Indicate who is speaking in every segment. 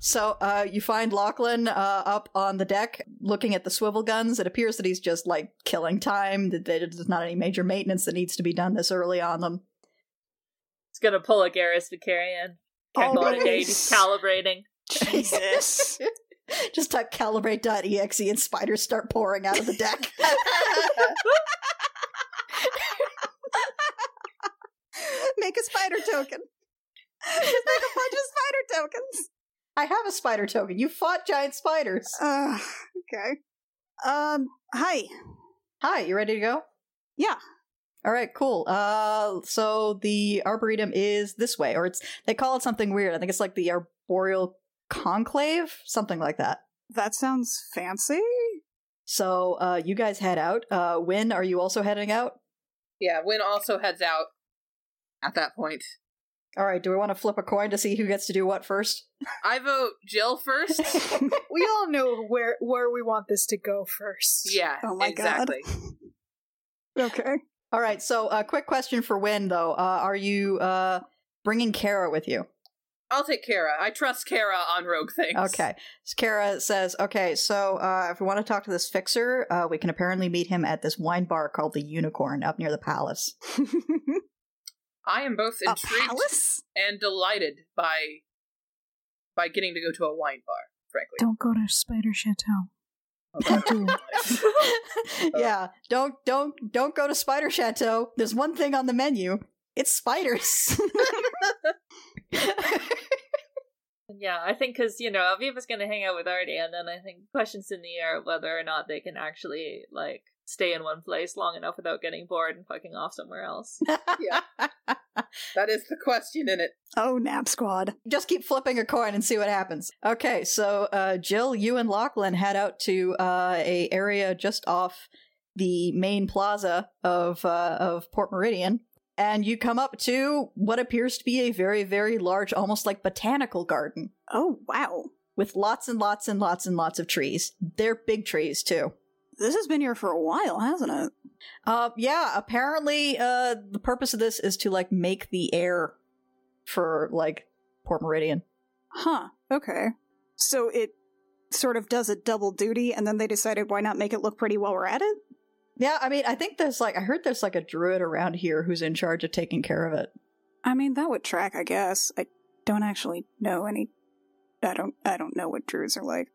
Speaker 1: So uh, you find Lachlan uh, up on the deck looking at the swivel guns. It appears that he's just like killing time, that there's not any major maintenance that needs to be done this early on them.
Speaker 2: It's gonna pull a Garrus Vicarian.
Speaker 3: Oh,
Speaker 2: Can't go on a date. He's calibrating.
Speaker 3: Jesus.
Speaker 1: Just type calibrate.exe and spiders start pouring out of the deck.
Speaker 4: Make a spider token. Just make a bunch of spider tokens.
Speaker 1: I have a spider token. You fought giant spiders.
Speaker 4: Uh, okay. Um, hi.
Speaker 1: Hi, you ready to go?
Speaker 4: Yeah.
Speaker 1: All right, cool. Uh, so the arboretum is this way, or it's they call it something weird. I think it's like the arboreal conclave, something like that.
Speaker 4: That sounds fancy.
Speaker 1: So uh, you guys head out. Uh, Win, are you also heading out?
Speaker 3: Yeah, Win also heads out at that point.
Speaker 1: All right. Do we want to flip a coin to see who gets to do what first?
Speaker 3: I vote Jill first.
Speaker 5: We all know where where we want this to go first.
Speaker 3: Yeah,
Speaker 4: Oh my God.
Speaker 3: exactly.
Speaker 4: Okay.
Speaker 1: All right. So, uh, quick question for Win though: uh, Are you uh, bringing Kara with you?
Speaker 3: I'll take Kara. I trust Kara on rogue things.
Speaker 1: Okay. So Kara says, "Okay, so uh, if we want to talk to this fixer, uh, we can apparently meet him at this wine bar called the Unicorn up near the palace."
Speaker 3: I am both
Speaker 4: a
Speaker 3: intrigued
Speaker 4: palace?
Speaker 3: and delighted by by getting to go to a wine bar. Frankly,
Speaker 5: Don't go to Spider Chateau.
Speaker 3: Okay.
Speaker 5: don't
Speaker 1: yeah. Don't don't don't go to Spider Chateau. There's one thing on the menu. It's spiders.
Speaker 2: Yeah, I think because you know Aviva's gonna hang out with Artie, and then I think questions in the air whether or not they can actually like stay in one place long enough without getting bored and fucking off somewhere else.
Speaker 3: that is the question in it.
Speaker 4: Oh, Nap Squad.
Speaker 1: Just keep flipping a coin and see what happens. Okay, so uh, Jill, you and Lachlan head out to uh, a area just off the main plaza of uh, of Port Meridian, and you come up to what appears to be a very very large, almost like botanical garden
Speaker 4: Oh, wow.
Speaker 1: with lots and lots and lots and lots of trees. They're big trees too.
Speaker 4: This has been here for a while, hasn't it?
Speaker 1: Uh, yeah, apparently uh, the purpose of this is to like make the air for like Port Meridian.
Speaker 4: Huh. Okay. So it sort of does a double duty, and then they decided why not make it look pretty while we're at it?
Speaker 1: Yeah, I mean, I think there's like I heard there's like a druid around here who's in charge of taking care of it.
Speaker 4: I mean, that would track, I guess. I don't actually know any. I don't. I don't know what druids are like.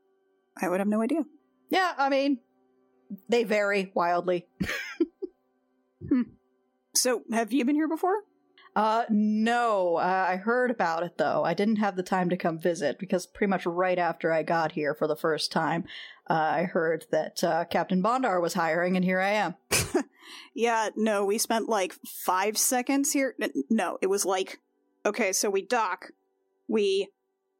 Speaker 4: I would have no idea.
Speaker 1: Yeah, I mean, they vary wildly.
Speaker 4: So, have you been here before?
Speaker 1: Uh, no, uh, I heard about it though. I didn't have the time to come visit because pretty much right after I got here for the first time, uh, I heard that uh, Captain Bondar was hiring, and here I am.
Speaker 4: Yeah, no, we spent like five seconds here. N- No, it was like, okay, so we dock, we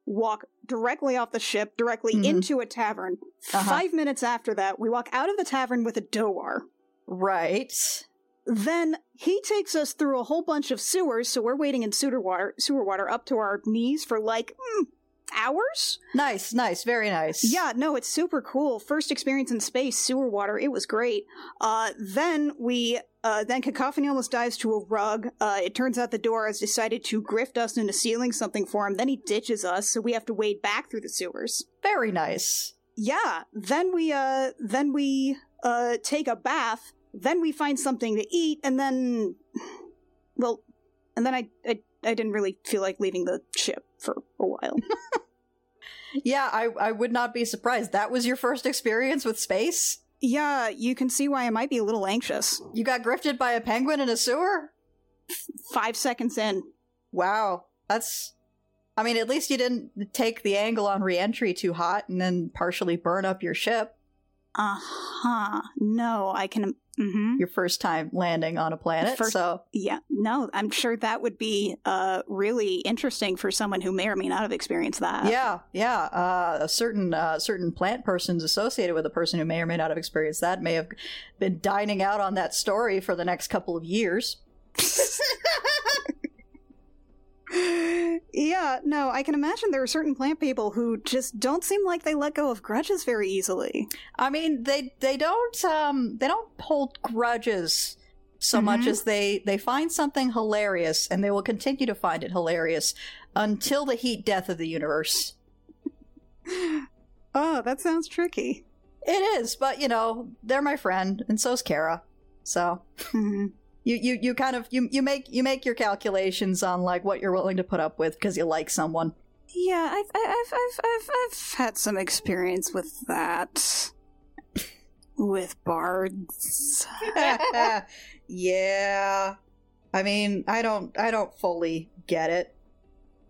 Speaker 4: walk directly off the ship, directly
Speaker 1: Mhm.
Speaker 4: into a tavern.
Speaker 1: Uh-huh.
Speaker 4: Five minutes after that, we walk out of the tavern with a doar.
Speaker 1: Right.
Speaker 4: Then he takes us through a whole bunch of sewers, so we're waiting in sewer water, sewer water up to our knees for like mm, hours.
Speaker 1: Nice, nice, very nice.
Speaker 4: Yeah, no, it's super cool. First experience in space, sewer water. It was great. Uh, then we, uh, then Cacophony almost dives to a rug. Uh, it turns out the door has decided to grift us into sealing something for him. Then he ditches us, so we have to wade back through the sewers.
Speaker 1: very nice.
Speaker 4: Yeah, then we, uh, then we, uh, take a bath. Then we find something to eat, and then, well, and then I, I, I didn't really feel like leaving the ship for a while.
Speaker 1: Yeah, I I would not be surprised. That was your first experience with space.
Speaker 4: yeah, you can see why I might be a little anxious.
Speaker 1: You got grifted by a penguin in a sewer?
Speaker 4: five seconds in.
Speaker 1: Wow. That's I mean, at least you didn't take the angle on reentry too hot and then partially burn up your ship
Speaker 4: Uh huh. No, I can. Mm-hmm.
Speaker 1: your first time landing on a planet.
Speaker 4: First-
Speaker 1: So
Speaker 4: Yeah. No, I'm sure that would be uh really interesting for someone who may or may not have experienced that.
Speaker 1: yeah, yeah. Uh, a certain uh, certain plant person's associated with a person who may or may not have experienced that may have been dining out on that story for the next couple of years.
Speaker 4: yeah. No, I can imagine there are certain plant people who just don't seem like they let go of grudges very easily.
Speaker 1: I mean, they they don't um they don't hold grudges so much
Speaker 4: Mhm.
Speaker 1: as they they find something hilarious and they will continue to find it hilarious until the heat death of the universe.
Speaker 4: Oh, that sounds tricky.
Speaker 1: It is, but you know, they're my friend, and so's Kara. So
Speaker 4: Mhm.
Speaker 1: you, you, you kind of you, you make you make your calculations on like what you're willing to put up with because you like someone.
Speaker 4: Yeah, I've, I- I've, I've, I've, I've had some experience with that. With bards.
Speaker 1: yeah. I mean, I don't I don't fully get it.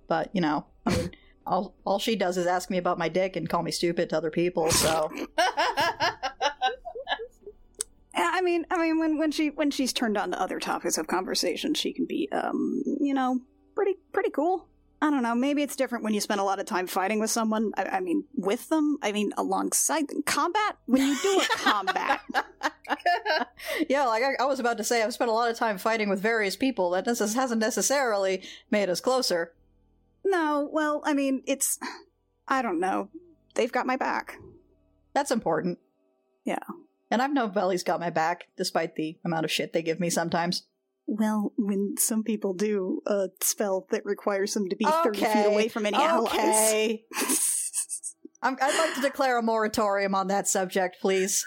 Speaker 1: But, you know, I mean all all she does is ask me about my dick and call me stupid to other people, so
Speaker 4: I mean, I mean, when, when she when she's turned on to other topics of conversation, she can be, um, you know, pretty pretty cool. I don't know. Maybe it's different when you spend a lot of time fighting with someone. I, I mean, with them. I mean, alongside them. combat. When you do a combat,
Speaker 1: yeah, like I, I was about to say, I've spent a lot of time fighting with various people. That necess- hasn't necessarily made us closer.
Speaker 4: no. Well, I mean, it's. I don't know. They've got my back.
Speaker 1: That's important.
Speaker 4: Yeah.
Speaker 1: And I've known Belly's got my back, despite the amount of shit they give me sometimes.
Speaker 4: Well, when some people do a spell that requires them to be 30 feet
Speaker 1: Okay,
Speaker 4: away from any
Speaker 1: okay.
Speaker 4: allies.
Speaker 1: I'm, I'd like to declare a moratorium on that subject, please.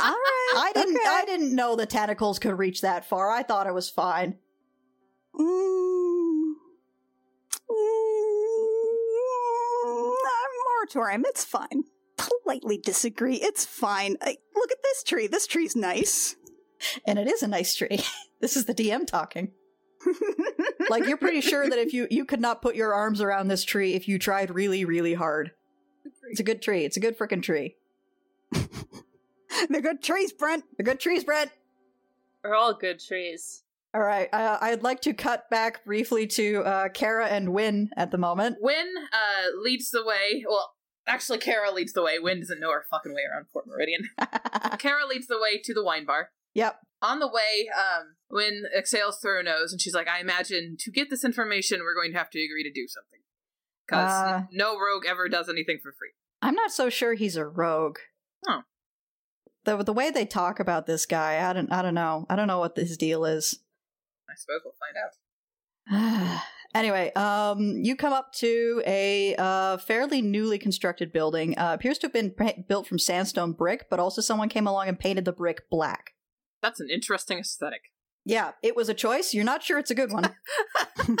Speaker 4: All right.
Speaker 1: I didn't.
Speaker 4: okay.
Speaker 1: I didn't know the tentacles could reach that far. I thought it was fine.
Speaker 4: Mm. Mm. Moratorium, it's fine. Politely disagree, it's fine. I, look at this tree. This tree's nice.
Speaker 1: And it is a nice tree. this is the DM talking. Like you're pretty sure that if you you could not put your arms around this tree if you tried really really hard. It's a good tree. It's a good freaking tree.
Speaker 4: They're good trees, Brent.
Speaker 1: They're good trees, Brent.
Speaker 2: They're all good trees.
Speaker 1: All right. Uh, I'd like to cut back briefly to uh, Kara and Win at the moment.
Speaker 3: Wynn uh, leads the way. Well, actually, Kara leads the way. Wynn doesn't know her fucking way around Port Meridian. Kara leads the way to the wine bar.
Speaker 1: Yep.
Speaker 3: On the way, um, Wynn exhales through her nose, and she's like, I imagine to get this information, we're going to have to agree to do something. Because
Speaker 1: Uh.
Speaker 3: no rogue ever does anything for free.
Speaker 1: I'm not so sure he's a rogue.
Speaker 3: Oh.
Speaker 1: The the way they talk about this guy, I don't I don't know. I don't know what his deal is.
Speaker 3: I suppose we'll find out.
Speaker 1: anyway, um, you come up to a uh, fairly newly constructed building. Uh, appears to have been pa- built from sandstone brick, but also someone came along and painted the brick black.
Speaker 3: That's an interesting aesthetic.
Speaker 1: Yeah, it was a choice. You're not sure it's a good one.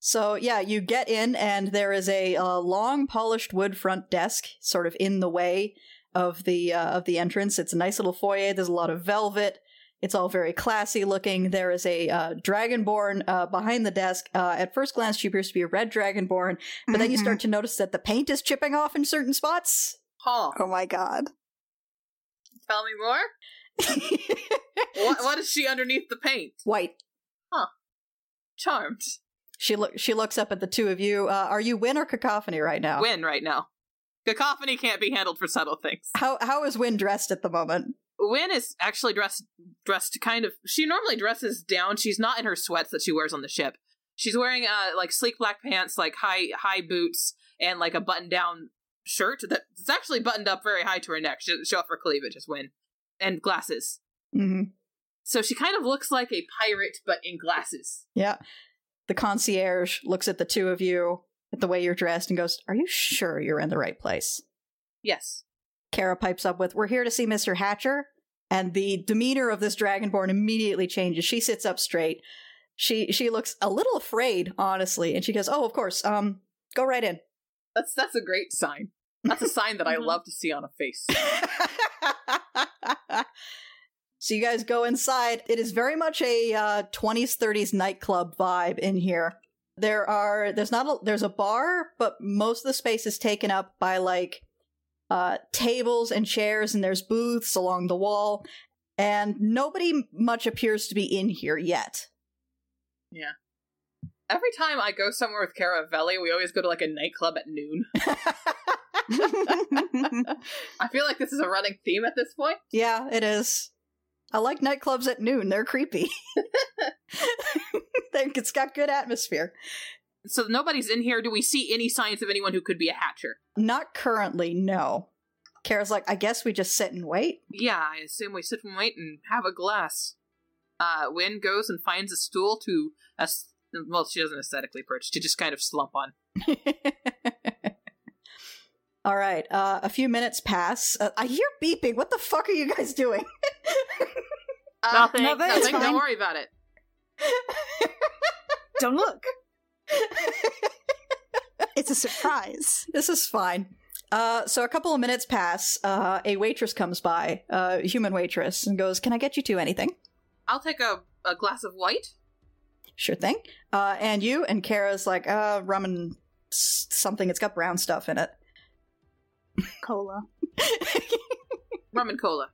Speaker 1: so, yeah, you get in, and there is a, uh long polished wood front desk sort of in the way of the uh, of the entrance. It's a nice little foyer. There's a lot of velvet. It's all very classy looking. There is a uh, dragonborn uh, behind the desk. Uh, at first glance, she appears to be a red dragonborn, but then you
Speaker 4: Mhm.
Speaker 1: start to notice that the paint is chipping off in certain spots.
Speaker 3: Paul,
Speaker 4: Oh my god.
Speaker 3: tell me more. What, what is she underneath the paint?
Speaker 1: White.
Speaker 3: Charmed.
Speaker 1: She look. She looks up at the two of you. Uh, are you Win or Cacophony right now?
Speaker 3: Wynn right now. Cacophony can't be handled for subtle things.
Speaker 1: How how is Wynn dressed at the moment?
Speaker 3: Wynn is actually dressed dressed kind of she normally dresses down. She's not in her sweats that she wears on the ship. She's wearing uh like sleek black pants, like high high boots, and like a button down shirt that's actually buttoned up very high to her neck. She doesn't show off her cleavage as Wynn. And glasses.
Speaker 1: Mm-hmm.
Speaker 3: So she kind of looks like a pirate but in glasses.
Speaker 1: Yeah. The concierge looks at the two of you at the way you're dressed and goes, "Are you sure you're in the right place?"
Speaker 3: Yes.
Speaker 1: Kara pipes up with, "We're here to see Mr. Hatcher." And the demeanor of this dragonborn immediately changes. She sits up straight. She she looks a little afraid, honestly, and she goes, "Oh, of course. Um, go right in."
Speaker 3: That's that's a great sign. That's a sign that I
Speaker 2: Mhm.
Speaker 3: love to see on a face.
Speaker 1: so you guys go inside. It is very much a uh, 20s 30s nightclub vibe in here. There are there's not a there's a bar, but most of the space is taken up by like uh tables and chairs and there's booths along the wall and nobody m- much appears to be in here yet.
Speaker 3: Every time I go somewhere with Caravelli, we always go to like a nightclub at noon. I feel like this is a running theme at this point.
Speaker 1: Yeah, it is. I like nightclubs at noon. They're creepy. They- it's got good atmosphere.
Speaker 3: So nobody's in here. Do we see any signs of anyone who could be a hatcher?
Speaker 1: Not currently, no. Kara's like, I guess we just sit and wait.
Speaker 3: Yeah, I assume we sit and wait and have a glass. Uh, Wynn goes and finds a stool to, as- well, she doesn't aesthetically perch, to just kind of slump on.
Speaker 1: All right. Uh, a few minutes pass. Uh, I hear beeping. What the fuck are you guys doing?
Speaker 3: Uh,
Speaker 2: Nothing.
Speaker 5: no, that- It's
Speaker 3: Nothing. Don't
Speaker 5: fine.
Speaker 3: worry about it.
Speaker 5: Don't look.
Speaker 4: It's a surprise.
Speaker 1: this is fine. Uh, so a couple of minutes pass. Uh, a waitress comes by, uh, a human waitress, and goes, "Can I get you two anything?"
Speaker 3: I'll take a, a glass of white.
Speaker 1: Sure thing. Uh, and you and Kara's like, uh, rum and s- something. It's got brown stuff in it.
Speaker 4: Cola.
Speaker 3: Rum and cola.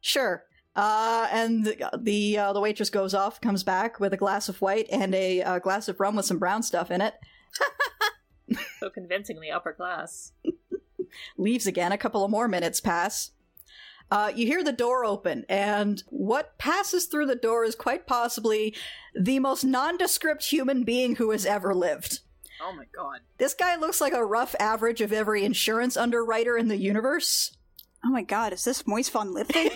Speaker 1: Sure. Uh, and the the, uh, the waitress goes off, comes back with a glass of white and a uh, glass of rum with some brown stuff in it.
Speaker 2: so convincingly upper class.
Speaker 1: Leaves again. A couple of more minutes pass. Uh, you hear the door open, and what passes through the door is quite possibly the most nondescript human being who has ever lived.
Speaker 3: Oh my god.
Speaker 1: This guy looks like a rough average of every insurance underwriter in the universe.
Speaker 4: Oh my god, is this Moist Von Lipton?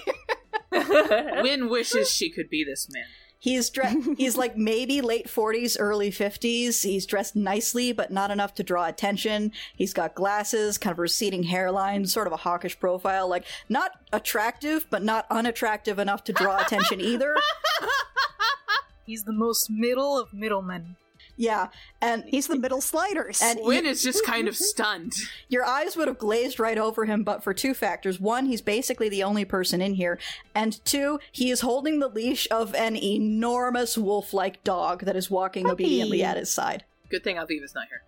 Speaker 3: Win wishes she could be this man.
Speaker 1: He's dressed. he's like maybe late forties, early fifties. He's dressed nicely, but not enough to draw attention. He's got glasses, kind of receding hairline, sort of a hawkish profile. Like not attractive, but not unattractive enough to draw attention either.
Speaker 5: He's the most middle of middlemen.
Speaker 1: Yeah, and
Speaker 4: He's the middle sliders.
Speaker 1: and
Speaker 3: Win is just kind of stunned.
Speaker 1: Your eyes would have glazed right over him, but for two factors. One, he's basically the only person in here. And two, he is holding the leash of an enormous wolf like dog that is walking
Speaker 4: Puppy.
Speaker 1: obediently at his side.
Speaker 3: Good thing Aviva's not here.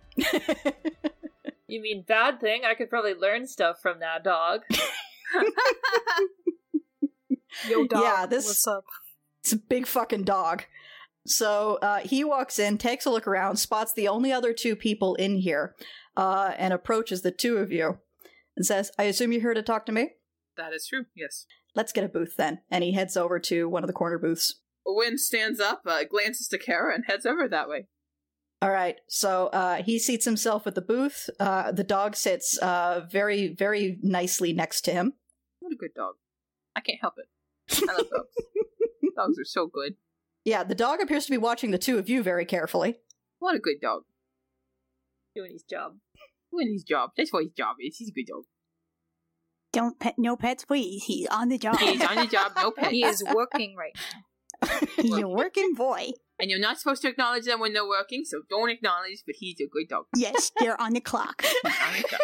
Speaker 2: you mean bad thing? I could probably learn stuff from that dog.
Speaker 5: Yo, dog.
Speaker 1: Yeah, this-
Speaker 5: What's up?
Speaker 1: It's a big fucking dog. So uh, he walks in, takes a look around, spots the only other two people in here, uh, and approaches the two of you and says, I assume you're here to talk to me?
Speaker 3: That is true, yes.
Speaker 1: Let's get a booth then. And he heads over to one of the corner booths.
Speaker 3: Win stands up, uh, glances to Kara, and heads over that way.
Speaker 1: All right. So uh, he seats himself at the booth. Uh, the dog sits uh, very, very nicely next to him.
Speaker 3: What a good dog. I can't help it. I love dogs. dogs are so good.
Speaker 1: Yeah, the dog appears to be watching the two of you very carefully.
Speaker 3: What a good dog.
Speaker 2: Doing his job.
Speaker 3: Doing his job. That's what his job is. He's a good dog.
Speaker 4: Don't pet no pets, please. He's on the job.
Speaker 3: He's on the job, no pets.
Speaker 5: He is working right
Speaker 4: He's a working boy.
Speaker 3: And you're not supposed to acknowledge them when they're working, so don't acknowledge, but he's a good dog.
Speaker 4: Yes, they're on the clock.
Speaker 3: He's on the job.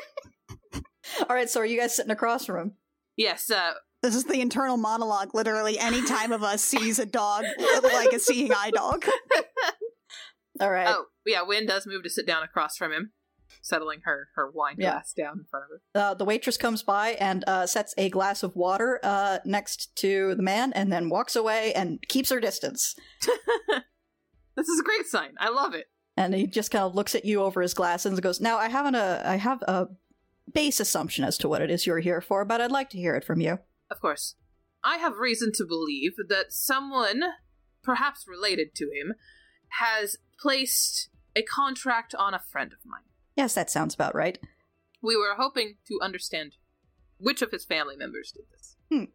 Speaker 1: All right. So are you guys sitting across from him?
Speaker 3: yes, uh,
Speaker 4: This is the internal monologue, literally, any time of us sees a dog like a seeing eye dog.
Speaker 1: All right.
Speaker 3: Oh, yeah, Wynn does move to sit down across from him, settling her, her wine
Speaker 1: Yeah.
Speaker 3: glass down in front of her.
Speaker 1: Uh, the waitress comes by and uh, sets a glass of water uh, next to the man and then walks away and keeps her distance.
Speaker 3: This is a great sign. I love it.
Speaker 1: And he just kind of looks at you over his glasses and goes, Now, I, haven't a, I have a base assumption as to what it is you're here for, but I'd like to hear it from you.
Speaker 3: Of course. I have reason to believe that someone, perhaps related to him, has placed a contract on a friend of mine.
Speaker 1: Yes, that sounds about right.
Speaker 3: We were hoping to understand which of his family members did this.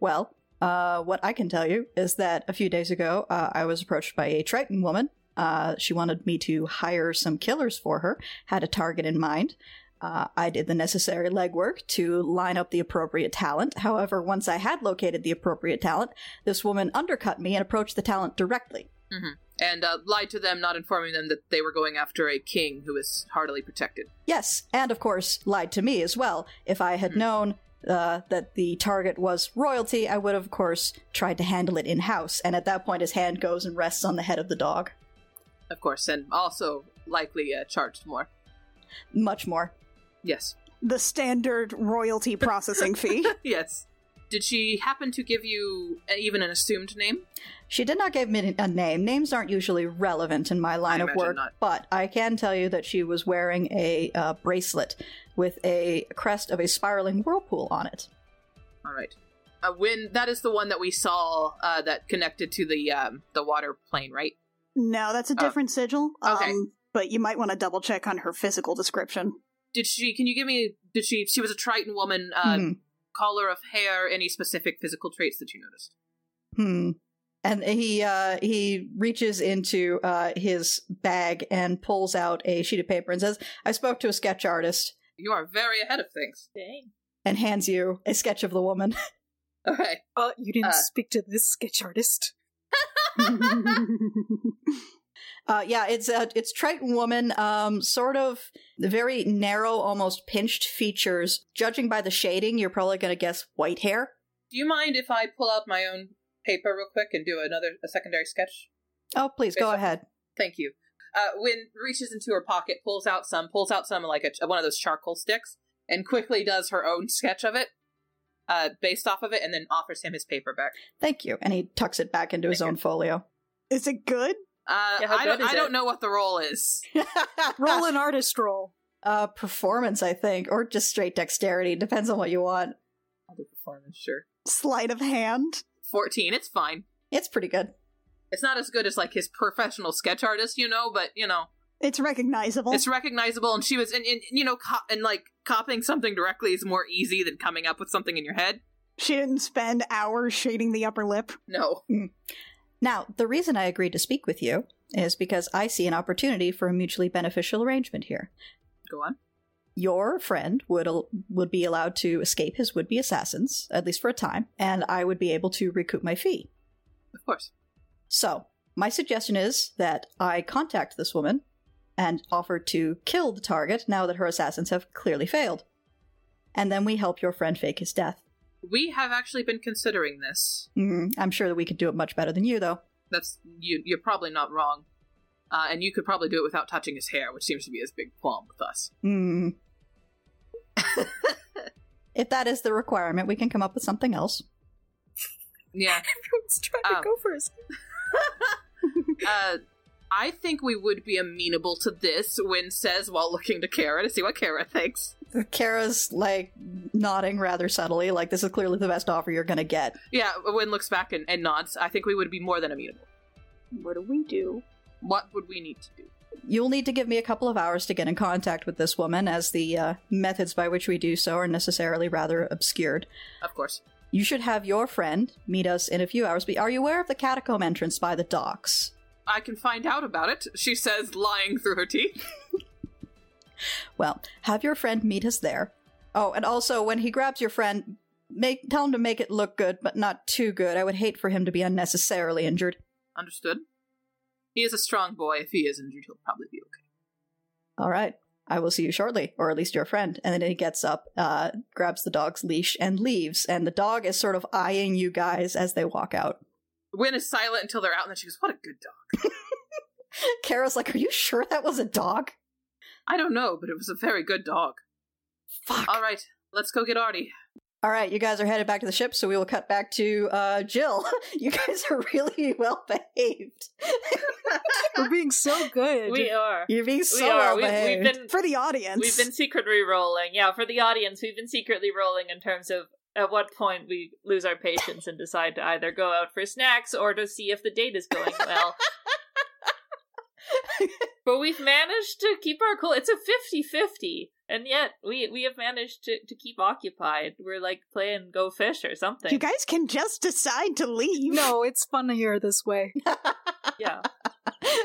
Speaker 1: Well, uh, what I can tell you is that a few days ago, uh, I was approached by a Triton woman. Uh, she wanted me to hire some killers for her, had a target in mind. Uh, I did the necessary legwork to line up the appropriate talent. However, once I had located the appropriate talent, this woman undercut me and approached the talent directly.
Speaker 3: And uh, lied to them, not informing them that they were going after a king who is hardily protected.
Speaker 1: Yes, and of course, lied to me as well. If I had
Speaker 3: Hmm.
Speaker 1: known uh, that the target was royalty, I would have, of course, tried to handle it in house. And at that point, his hand goes and rests on the head of the dog.
Speaker 3: Of course, and also likely uh, charged more.
Speaker 1: much more.
Speaker 3: Yes.
Speaker 4: The standard royalty processing fee.
Speaker 3: yes. Did she happen to give you uh, even an assumed name?
Speaker 1: She did not give me a name. Names aren't usually relevant in my line
Speaker 3: I
Speaker 1: of
Speaker 3: imagine
Speaker 1: work,
Speaker 3: not.
Speaker 1: but I can tell you that she was wearing a uh, bracelet with a crest of a spiraling whirlpool on it.
Speaker 3: All right. Uh, when that is the one that we saw uh, that connected to the um, the water plane, right?
Speaker 4: No, that's a
Speaker 3: Oh.
Speaker 4: different sigil.
Speaker 3: Okay.
Speaker 4: Um, but you might want to double check on her physical description.
Speaker 3: Did she? Can you give me? Did she? She was a Triton woman. Uh,
Speaker 1: Mhm.
Speaker 3: Color of hair. Any specific physical traits that you noticed?
Speaker 1: Hmm. And he uh, he reaches into uh, his bag and pulls out a sheet of paper and says, "I spoke to a sketch artist.
Speaker 3: You are very ahead of things.
Speaker 2: Dang.
Speaker 1: and hands you a sketch of the woman.
Speaker 3: Okay.
Speaker 5: Uh, you didn't
Speaker 3: Uh.
Speaker 5: speak to this sketch artist.
Speaker 1: Uh, yeah, it's a it's Triton woman, um, sort of very narrow, almost pinched features. Judging by the shading, you're probably gonna guess white hair.
Speaker 3: Do you mind if I pull out my own paper real quick and do another a secondary sketch?
Speaker 1: Oh, please go
Speaker 3: Yes.
Speaker 1: ahead.
Speaker 3: Thank you. Uh, Wynn reaches into her pocket, pulls out some, pulls out some like a, one of those charcoal sticks, and quickly does her own sketch of it, uh, based off of it, and then offers him his paper back.
Speaker 1: Thank you. And he tucks it back into his
Speaker 3: Thank
Speaker 1: own folio.
Speaker 4: Is it good?
Speaker 3: Uh,
Speaker 2: Yeah, how
Speaker 3: I don't,
Speaker 2: good is
Speaker 3: I
Speaker 2: it?
Speaker 3: don't know what the role is.
Speaker 5: Roll an artist roll.
Speaker 1: uh, performance, I think, or just straight dexterity. Depends on what you want.
Speaker 3: I'll do performance, sure.
Speaker 4: Sleight of hand.
Speaker 3: Fourteen, it's fine.
Speaker 1: It's pretty good.
Speaker 3: It's not as good as like his professional sketch artist, you know, but you know,
Speaker 4: It's recognizable.
Speaker 3: it's recognizable. And she was, and, and you know, co- and like copying something directly is more easy than coming up with something in your head.
Speaker 4: she didn't spend hours shading the upper lip.
Speaker 3: No,
Speaker 1: Now, the reason I agreed to speak with you is because I see an opportunity for a mutually beneficial arrangement here.
Speaker 3: go on.
Speaker 1: your friend would al- would be allowed to escape his would be assassins at least for a time and i would be able to recoup my fee
Speaker 3: Of course.
Speaker 1: so my suggestion is that i contact this woman and offer to kill the target now that her assassins have clearly failed and then we help your friend fake his death
Speaker 3: We have actually been considering this.
Speaker 1: mm, i'm sure that we could do it much better than you though
Speaker 3: That's you. You're probably not wrong, uh, and you could probably do it without touching his hair, which seems to be his big qualm with us.
Speaker 1: mm. if that is the requirement we can come up with something else
Speaker 3: Yeah.
Speaker 5: Everyone's trying
Speaker 4: Oh.
Speaker 3: Um.
Speaker 5: to go first.
Speaker 3: uh, I think we would be amenable to this. Wynn says while looking to Kara to see what Kara thinks.
Speaker 1: Kara's like nodding rather subtly, like this is clearly the best offer you're gonna get.
Speaker 3: Yeah, Wynn looks back and, and nods. I think we would be more than amenable.
Speaker 4: What do we do?
Speaker 3: What would we need to do?
Speaker 1: You'll need to give me a couple of hours to get in contact with this woman, as the uh, methods by which we do so are necessarily rather obscured.
Speaker 3: Of course.
Speaker 1: You should have your friend meet us in a few hours. But are you aware of the catacomb entrance by the docks?
Speaker 3: I can find out about it, she says, lying through her teeth.
Speaker 1: Well, have your friend meet us there. Oh, and also when he grabs your friend, make tell him to make it look good, but not too good. I would hate for him to be unnecessarily injured.
Speaker 3: Understood. He is a strong boy. If he is injured, he'll probably be okay.
Speaker 1: all right i will see you shortly or at least your friend and then he gets up uh, grabs the dog's leash and leaves and the dog is sort of eyeing you guys as they walk out
Speaker 3: Wynn is silent until they're out, and then she goes, What a good dog.
Speaker 1: kara's like are you sure that was a dog
Speaker 3: I don't know, but it was a very good dog.
Speaker 1: fuck
Speaker 3: All right, let's go get Artie.
Speaker 1: all right you guys are headed back to the ship so we will cut back to uh, jill you guys are really well behaved
Speaker 5: We're being so good.
Speaker 2: We are.
Speaker 1: you're being so
Speaker 2: we are.
Speaker 1: well
Speaker 2: We,
Speaker 1: behaved
Speaker 2: we've been
Speaker 4: For the audience.
Speaker 2: we've been secretly rolling. Yeah, for the audience, we've been secretly rolling in terms of at what point we lose our patience and decide to either go out for snacks or to see if the date is going well. but we've managed to keep our cool. It's a 50-50. And yet we we have managed to, to keep occupied. We're like playing go fish or something.
Speaker 4: you guys can just decide to leave.
Speaker 5: no, it's funnier this way.
Speaker 2: yeah.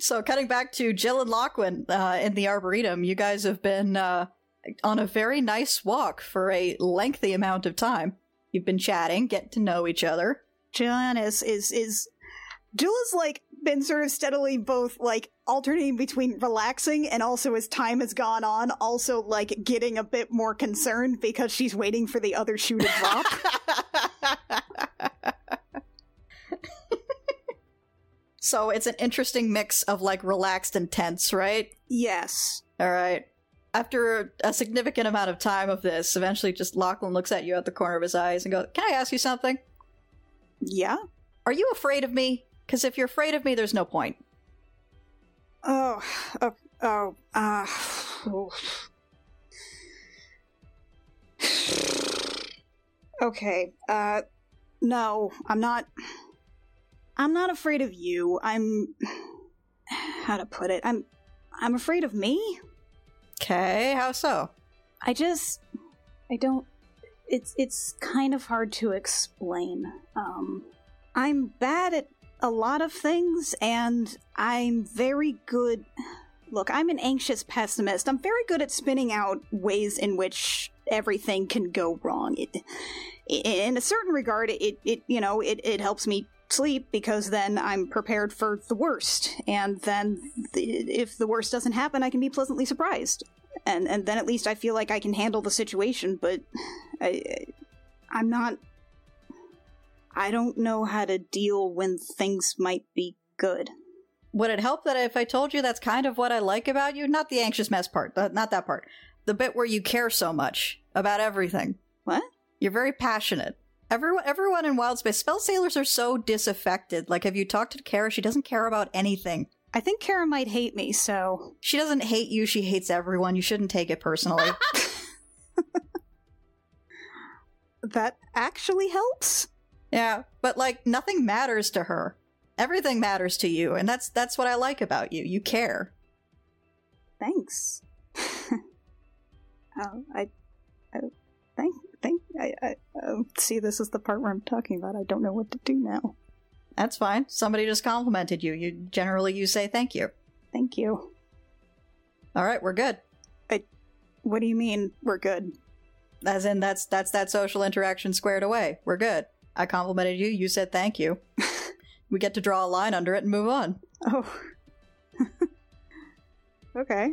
Speaker 1: so cutting back to Jill and Lachlan uh, in the Arboretum, you guys have been uh, on a very nice walk for a lengthy amount of time. You've been chatting, getting to know each other.
Speaker 4: Janice is is Jill has like been sort of steadily both like alternating between relaxing and also as time has gone on, also like getting a bit more concerned because she's waiting for the other shoe to drop.
Speaker 1: so it's an interesting mix of like relaxed and tense, right?
Speaker 4: yes.
Speaker 1: All right. After a significant amount of time of this, eventually just Lachlan looks at you out the corner of his eyes and goes, Can I ask you something?
Speaker 4: Yeah.
Speaker 1: Are you afraid of me? Because if you're afraid of me, there's no point.
Speaker 4: Oh, oh, oh, uh, oh. okay. Uh, no, I'm not. I'm not afraid of you. I'm. How to put it? I'm. I'm afraid of me.
Speaker 1: Okay, how so?
Speaker 4: I just. I don't. It's it's kind of hard to explain. Um, I'm bad at a lot of things, and I'm very good. Look, I'm an anxious pessimist. I'm very good at spinning out ways in which everything can go wrong. It, i- in a certain regard, it, it you know, it, it helps me sleep because then I'm prepared for the worst. And then th- if the worst doesn't happen, I can be pleasantly surprised. And, and then at least I feel like I can handle the situation, but I, I'm not. I don't know how to deal when things might be good.
Speaker 1: Would it help that if I told you that's kind of what I like about you? Not the anxious mess part, uh, not that part. The bit where you care so much about everything.
Speaker 4: What?
Speaker 1: You're very passionate. Everyone, everyone in Wild Space, spell sailors are so disaffected. Like, have you talked to Kara? She doesn't care about anything.
Speaker 4: I think Kara might hate me, so
Speaker 1: She doesn't hate you. She hates everyone. You shouldn't take it personally.
Speaker 4: that actually helps.
Speaker 1: yeah, but like nothing matters to her. Everything matters to you, and that's that's what I like about you. You care.
Speaker 4: Thanks. oh, I, I thank thank I, I oh, see. This is the part where I'm talking about. I don't know what to do now.
Speaker 1: That's fine. Somebody just complimented you. You generally you say thank you.
Speaker 4: Thank you.
Speaker 1: All right, we're good.
Speaker 4: What do you mean? We're good.
Speaker 1: As in that's that's that social interaction squared away. We're good. I complimented you. You said thank you. we get to draw a line under it and move on.
Speaker 4: Oh. okay.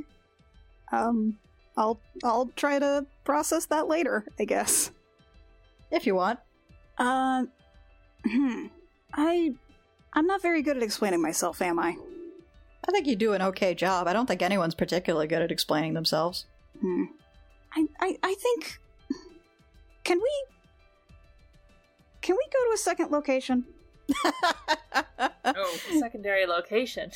Speaker 4: Um, I'll I'll try to process that later. I guess.
Speaker 1: If you want.
Speaker 4: Um, hmm. I I'm not very good at explaining myself, am I?
Speaker 1: I think you do an okay job. I don't think anyone's particularly good at explaining themselves.
Speaker 4: Hmm. I, I, I think. Can we. Can we go to a second location?
Speaker 3: Oh
Speaker 2: Secondary location. I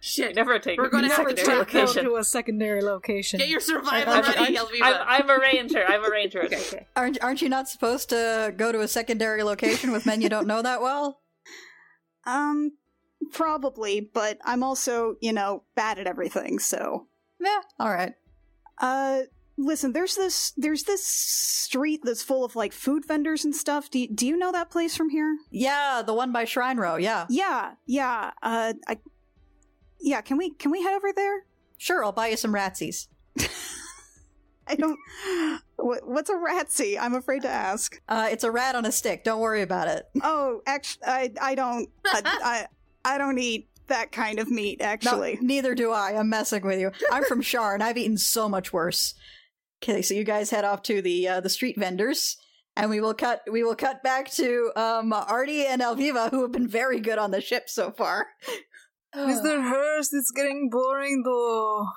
Speaker 3: shit!
Speaker 2: never take
Speaker 3: We're
Speaker 2: it
Speaker 3: gonna
Speaker 2: to
Speaker 3: have a
Speaker 2: secondary
Speaker 3: taco
Speaker 2: location.
Speaker 5: to a secondary location.
Speaker 3: Get your survival
Speaker 2: I'm,
Speaker 5: I'm-
Speaker 3: ready,
Speaker 2: I'm, I'm,
Speaker 3: Elviva.
Speaker 2: I'm a ranger. I'm a ranger. It's
Speaker 3: Okay.
Speaker 2: okay.
Speaker 1: Aren't aren't you not supposed to go to a secondary location with men you don't know that well?
Speaker 4: Um, probably, but I'm also, you know, bad at everything, so.
Speaker 1: Yeah, all right.
Speaker 4: Uh, listen, there's this there's this street that's full of like food vendors and stuff. Do do you know that place from here?
Speaker 1: Yeah, the one by Shrine Row. Yeah,
Speaker 4: Yeah, yeah. Uh, I yeah. Can we can we head over there?
Speaker 1: sure. I'll buy you some ratsies.
Speaker 4: I don't. What, what's a ratsy? I'm afraid to ask.
Speaker 1: Uh, it's a rat on a stick. Don't worry about it.
Speaker 4: Oh, actually, I I don't I, I I don't eat that kind of meat.
Speaker 1: No,
Speaker 4: Actually,
Speaker 1: neither do I. I'm messing with you. I'm from Shar, and I've eaten so much worse. Okay, so you guys head off to the uh, the street vendors, and we will cut we will cut back to um, Artie and Elviva, who have been very good on the ship so far.
Speaker 3: Oh.
Speaker 5: Mr. Hurst, it's getting boring though.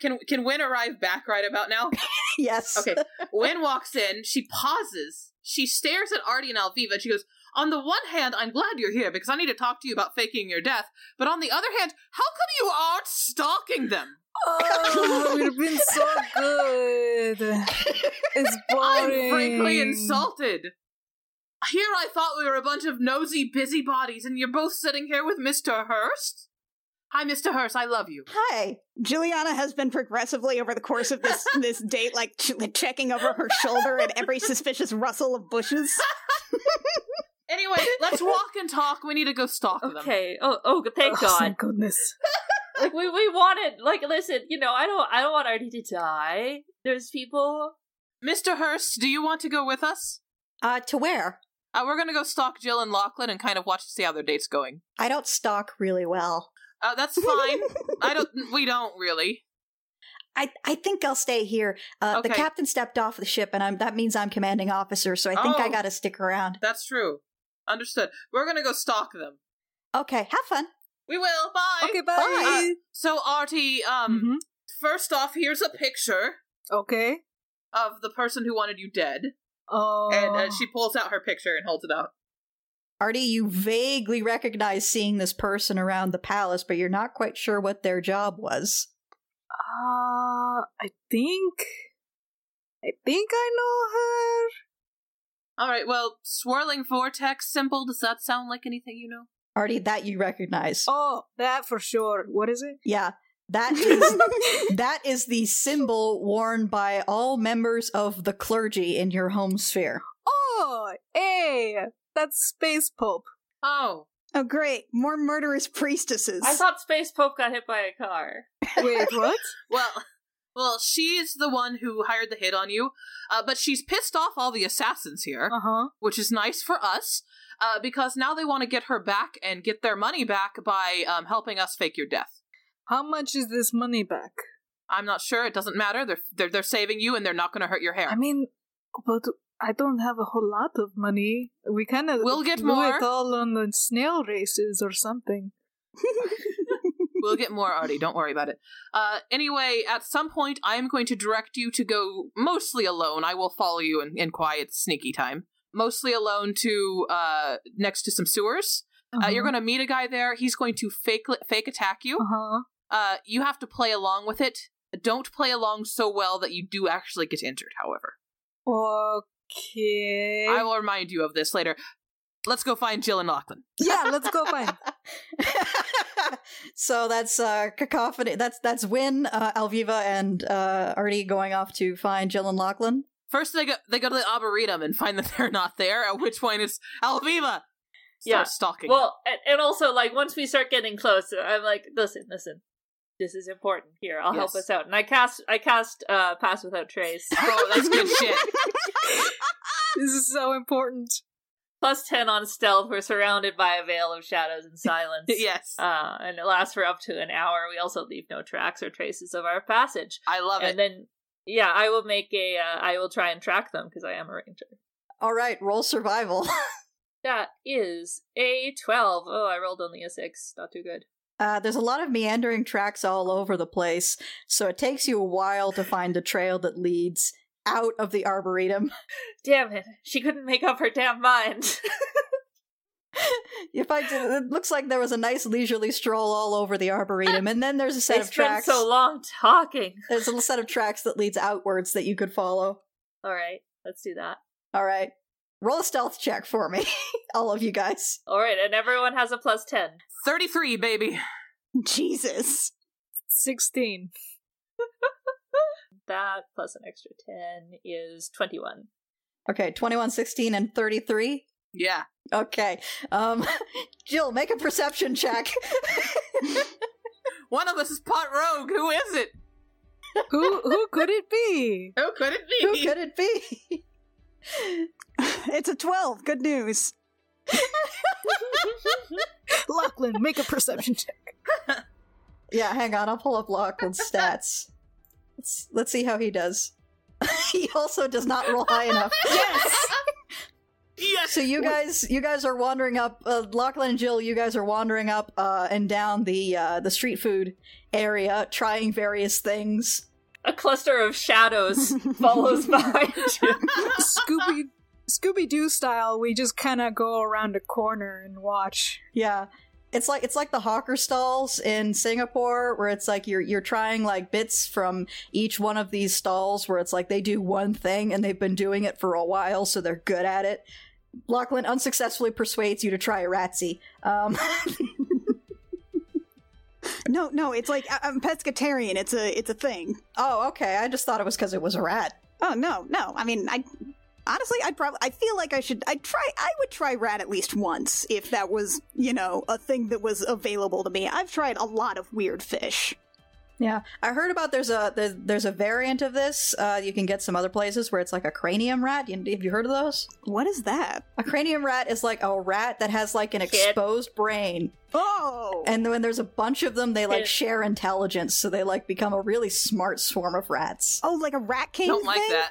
Speaker 3: Can can Win arrive back right about now?
Speaker 1: yes.
Speaker 3: Okay. Wynn walks in, she pauses, she stares at Artie and Alviva, and she goes, On the one hand, I'm glad you're here because I need to talk to you about faking your death. But on the other hand, how come you aren't stalking them?
Speaker 5: Oh, we've been so good. It's boring. Oh,
Speaker 3: I'm frankly insulted. Here I thought we were a bunch of nosy busybodies, and you're both sitting here with Mr. Hurst? Hi, Mr. Hurst, I love you.
Speaker 1: Hi.
Speaker 4: Juliana has been progressively over the course of this this date, like ch- checking over her shoulder at every suspicious rustle of bushes.
Speaker 3: Anyway, let's walk and talk. We need to go stalk them.
Speaker 2: Okay. Oh, oh,
Speaker 5: Oh,
Speaker 2: thank God.
Speaker 5: Thank goodness.
Speaker 2: Like we, we wanted. Like, listen. You know, I don't. I don't want Artie to die. There's people.
Speaker 3: Mr. Hurst, do you want to go with us?
Speaker 1: Uh, to where?
Speaker 3: Uh, we're going to go stalk Jill and Lachlan and kind of watch to see how their date's going.
Speaker 1: I don't stalk really well.
Speaker 3: Uh, that's fine. I don't. We don't really.
Speaker 1: I, I think I'll stay here. Uh, The
Speaker 3: Okay.
Speaker 1: captain stepped off the ship, and I'm that means I'm commanding officer, so I think I
Speaker 3: Oh.
Speaker 1: gotta stick around.
Speaker 3: That's true. Understood. We're gonna go stalk them.
Speaker 1: Okay, have fun.
Speaker 3: We will. Bye.
Speaker 5: Okay,
Speaker 3: Uh,
Speaker 5: bye.
Speaker 3: so Artie, um,
Speaker 5: Mhm.
Speaker 3: first off, here's a picture
Speaker 5: Okay.
Speaker 3: of the person who wanted you dead,
Speaker 5: Oh.
Speaker 3: and uh, she pulls out her picture and holds it out.
Speaker 1: Artie, you vaguely recognize seeing this person around the palace, but you're not quite sure what their job was.
Speaker 5: Uh, I think. I think I know her.
Speaker 3: All right. Well, swirling vortex symbol. Does that sound like anything you know?
Speaker 1: Artie, that you recognize.
Speaker 5: Oh, that for sure. What is it?
Speaker 1: Yeah, that is that is the symbol worn by all members of the clergy in your home sphere.
Speaker 5: Oh, hey, that's Space Pope.
Speaker 3: Oh,
Speaker 4: Oh, great. More murderous priestesses.
Speaker 2: I thought Space Pope got hit by a car.
Speaker 5: Wait, what?
Speaker 3: Well, well, she's the one who hired the hit on you, uh, but she's pissed off all the assassins here,
Speaker 5: Uh huh.
Speaker 3: which is nice for us uh, because now they want to get her back and get their money back by um, helping us fake your death.
Speaker 5: How much is this money back?
Speaker 3: I'm not sure. It doesn't matter. They're they're, they're saving you, and they're not going to hurt your hair.
Speaker 5: I mean, but I don't have a whole lot of money. We kind of
Speaker 3: We'll get
Speaker 5: do
Speaker 3: more.
Speaker 5: it all on the snail races or something.
Speaker 3: we'll get more Artie. Don't worry about it. Uh, anyway, at some point, I am going to direct you to go mostly alone. I will follow you in, in quiet, sneaky time. Mostly alone to uh, next to some sewers. Uh, you're going to meet a guy there. He's going to fake fake attack you.
Speaker 5: Uh huh.
Speaker 3: Uh, you have to play along with it. Don't play along so well that you do actually get injured. However,
Speaker 5: Okay.
Speaker 3: I will remind you of this later. Let's go find Jill and Lachlan.
Speaker 5: yeah, let's go find.
Speaker 1: so that's uh, cacophony. That's that's Win, uh, Alviva, and uh, Artie going off to find Jill and Lachlan.
Speaker 3: First, they go they go to the arboretum and find that they're not there. At which point, it's Alviva. Start
Speaker 2: Yeah.
Speaker 3: stalking.
Speaker 2: Well, and, and also like once we start getting close, I'm like, listen, listen, this is important. Here, I'll help
Speaker 3: Yes.
Speaker 2: us out. And I cast, I cast, uh, pass without trace,
Speaker 3: oh, that's good shit.
Speaker 5: this is so important.
Speaker 2: plus ten on stealth. We're surrounded by a veil of shadows and silence.
Speaker 3: yes,
Speaker 2: Uh, and it lasts for up to an hour. We also leave no tracks or traces of our passage.
Speaker 3: I love
Speaker 2: and
Speaker 3: it.
Speaker 2: then, yeah, I will make a. Uh, I will try and track them because I am a ranger.
Speaker 1: All right, roll survival.
Speaker 2: That is a twelve. Oh, I rolled only a six. Not too good.
Speaker 1: Uh, there's a lot of meandering tracks all over the place, so it takes you a while to find the trail that leads out of the arboretum.
Speaker 2: Damn it! She couldn't make up her damn mind.
Speaker 1: If I did, it looks like there was a nice leisurely stroll all over the arboretum, and then there's a set
Speaker 2: they
Speaker 1: of
Speaker 2: spent
Speaker 1: tracks.
Speaker 2: so long talking.
Speaker 1: there's a set of tracks that leads outwards that you could follow.
Speaker 2: All right, let's do that.
Speaker 1: All right, roll a stealth check for me, all of you guys.
Speaker 2: All right, and everyone has a plus ten.
Speaker 3: Thirty-three, baby.
Speaker 4: Jesus.
Speaker 5: 16.
Speaker 2: That plus an extra ten is twenty-one.
Speaker 1: Okay, 21, 16, and 33.
Speaker 3: Yeah,
Speaker 1: Okay. Um, Jill, make a perception check.
Speaker 3: one of us is pot rogue. Who is it?
Speaker 5: Who who could it be?
Speaker 3: Who could it
Speaker 1: Who could it be?
Speaker 4: It's a 12. Good news.
Speaker 5: Lachlan, make a perception check.
Speaker 1: Yeah, hang on. I'll pull up Lachlan's stats. Let's let's see how he does. he also does not roll high enough.
Speaker 5: Yes!
Speaker 3: yes.
Speaker 1: So you guys, you guys are wandering up. Uh, Lachlan and Jill, you guys are wandering up uh, and down the uh, the street food area, trying various things.
Speaker 2: A cluster of shadows follows behind you.
Speaker 5: Scooby Scooby Doo style, we just kind of go around a corner and watch.
Speaker 1: Yeah, it's like it's like the hawker stalls in Singapore, where it's like you're you're trying like bits from each one of these stalls, where it's like they do one thing and they've been doing it for a while, so they're good at it. Lachlan unsuccessfully persuades you to try a ratsy. Um,
Speaker 4: No, no, it's like I- I'm pescatarian. It's a it's a thing.
Speaker 1: oh, okay. I just thought it was because it was a rat.
Speaker 4: Oh no, no. I mean, I honestly, I'd probably I feel like I should I try I would try rat at least once if that was you know a thing that was available to me. I've tried a lot of weird fish.
Speaker 1: Yeah, I heard about there's a there's, there's a variant of this. Uh, you can get some other places where it's like a cranium rat. You- Have you heard of those?
Speaker 4: What is that?
Speaker 1: A cranium rat is like a rat that has like an
Speaker 2: Kid.
Speaker 1: exposed brain,
Speaker 4: Oh,
Speaker 1: And when there's a bunch of them, they like
Speaker 2: Yeah.
Speaker 1: share intelligence, so they like become a really smart swarm of rats.
Speaker 4: oh, like a rat king.
Speaker 3: Don't like
Speaker 4: thing?
Speaker 3: that.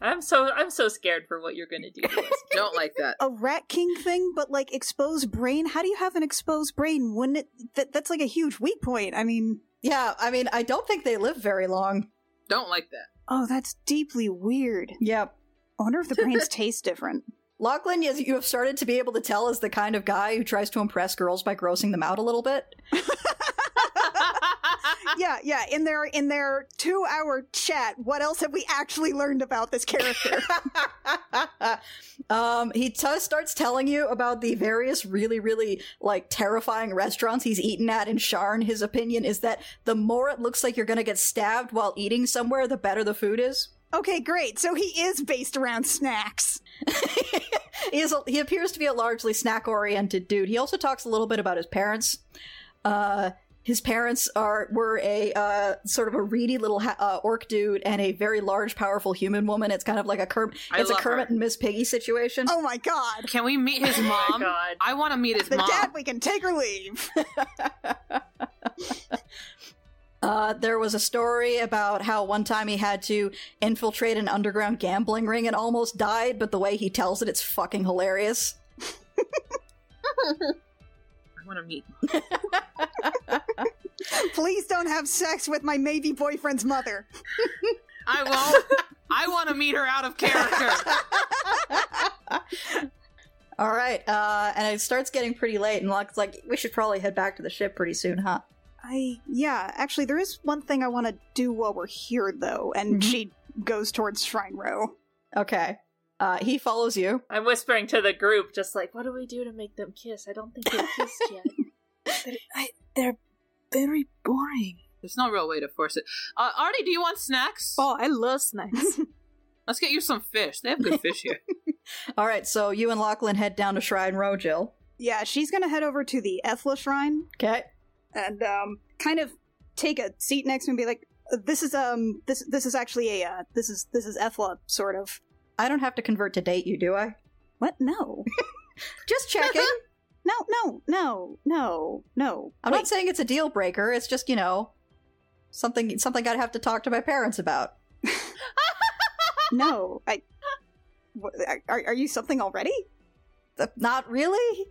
Speaker 2: I'm so I'm so scared for what you're gonna do. To us.
Speaker 3: Don't like that.
Speaker 4: A rat king thing, but like exposed brain. How do you have an exposed brain? Wouldn't it? That, that's like a huge weak point. I mean,
Speaker 1: Yeah, I mean, I don't think they live very long.
Speaker 3: Don't like that.
Speaker 4: oh, that's deeply weird.
Speaker 1: Yep.
Speaker 4: I wonder if the brains taste different.
Speaker 1: Lachlan, as you have started to be able to tell, is the kind of guy who tries to impress girls by grossing them out a little bit.
Speaker 4: yeah, yeah. In their in their two hour chat, what else have we actually learned about this character?
Speaker 1: um, he t- starts telling you about the various really, really like terrifying restaurants he's eaten at in Sharn. His opinion is that the more it looks like you're going to get stabbed while eating somewhere, the better the food is.
Speaker 4: Okay, great. So he is based around snacks.
Speaker 1: he, is a, he appears to be a largely snack oriented dude. He also talks a little bit about his parents. Uh, his parents are were a uh, sort of a reedy little ha- uh, orc dude and a very large, powerful human woman. It's kind of like a Kerm-
Speaker 3: I
Speaker 1: it's a
Speaker 3: love her.
Speaker 1: Kermit and Miss Piggy situation.
Speaker 4: Oh my god.
Speaker 3: Can we meet his
Speaker 2: Oh
Speaker 3: mom?
Speaker 2: my god.
Speaker 3: I want to meet his
Speaker 4: The
Speaker 3: mom.
Speaker 4: dad we can take or leave.
Speaker 1: Uh, there was a story about how one time he had to infiltrate an underground gambling ring and almost died, but the way he tells it, it's fucking hilarious.
Speaker 3: I want to meet.
Speaker 4: Please don't have sex with my maybe boyfriend's mother.
Speaker 3: I won't. I want to meet her out of character.
Speaker 1: All right, uh, and it starts getting pretty late, and Locke's like, "We should probably head back to the ship pretty soon, huh?"
Speaker 4: I yeah, actually there is one thing I want to do while we're here though, and
Speaker 1: Mhm.
Speaker 4: she goes towards Shrine Row.
Speaker 1: Okay. Uh, he follows you.
Speaker 2: I'm whispering to the group, just like, what do we do to make them kiss? I don't think they've kissed yet.
Speaker 5: They're very boring.
Speaker 3: There's no real way to force it. Uh, Artie, do you want snacks?
Speaker 5: Oh, I love snacks.
Speaker 3: Let's get you some fish. They have good fish here.
Speaker 1: All right, so you and Lachlan head down to Shrine Row, Jill.
Speaker 4: Yeah, she's gonna head over to the Ethla Shrine
Speaker 1: Okay.
Speaker 4: and um, kind of take a seat next to him and be like, "This is um, this this is actually a uh, this is this is Ethla sort of."
Speaker 1: I don't have to convert to date you, do I?
Speaker 4: What? No,
Speaker 1: Just checking.
Speaker 4: no, no, no, no, no.
Speaker 1: I'm
Speaker 4: Wait,
Speaker 1: not saying it's a deal breaker. It's just you know something something I'd have to talk to my parents about.
Speaker 4: no. I. What, are, are you something already?
Speaker 1: Uh, Not really.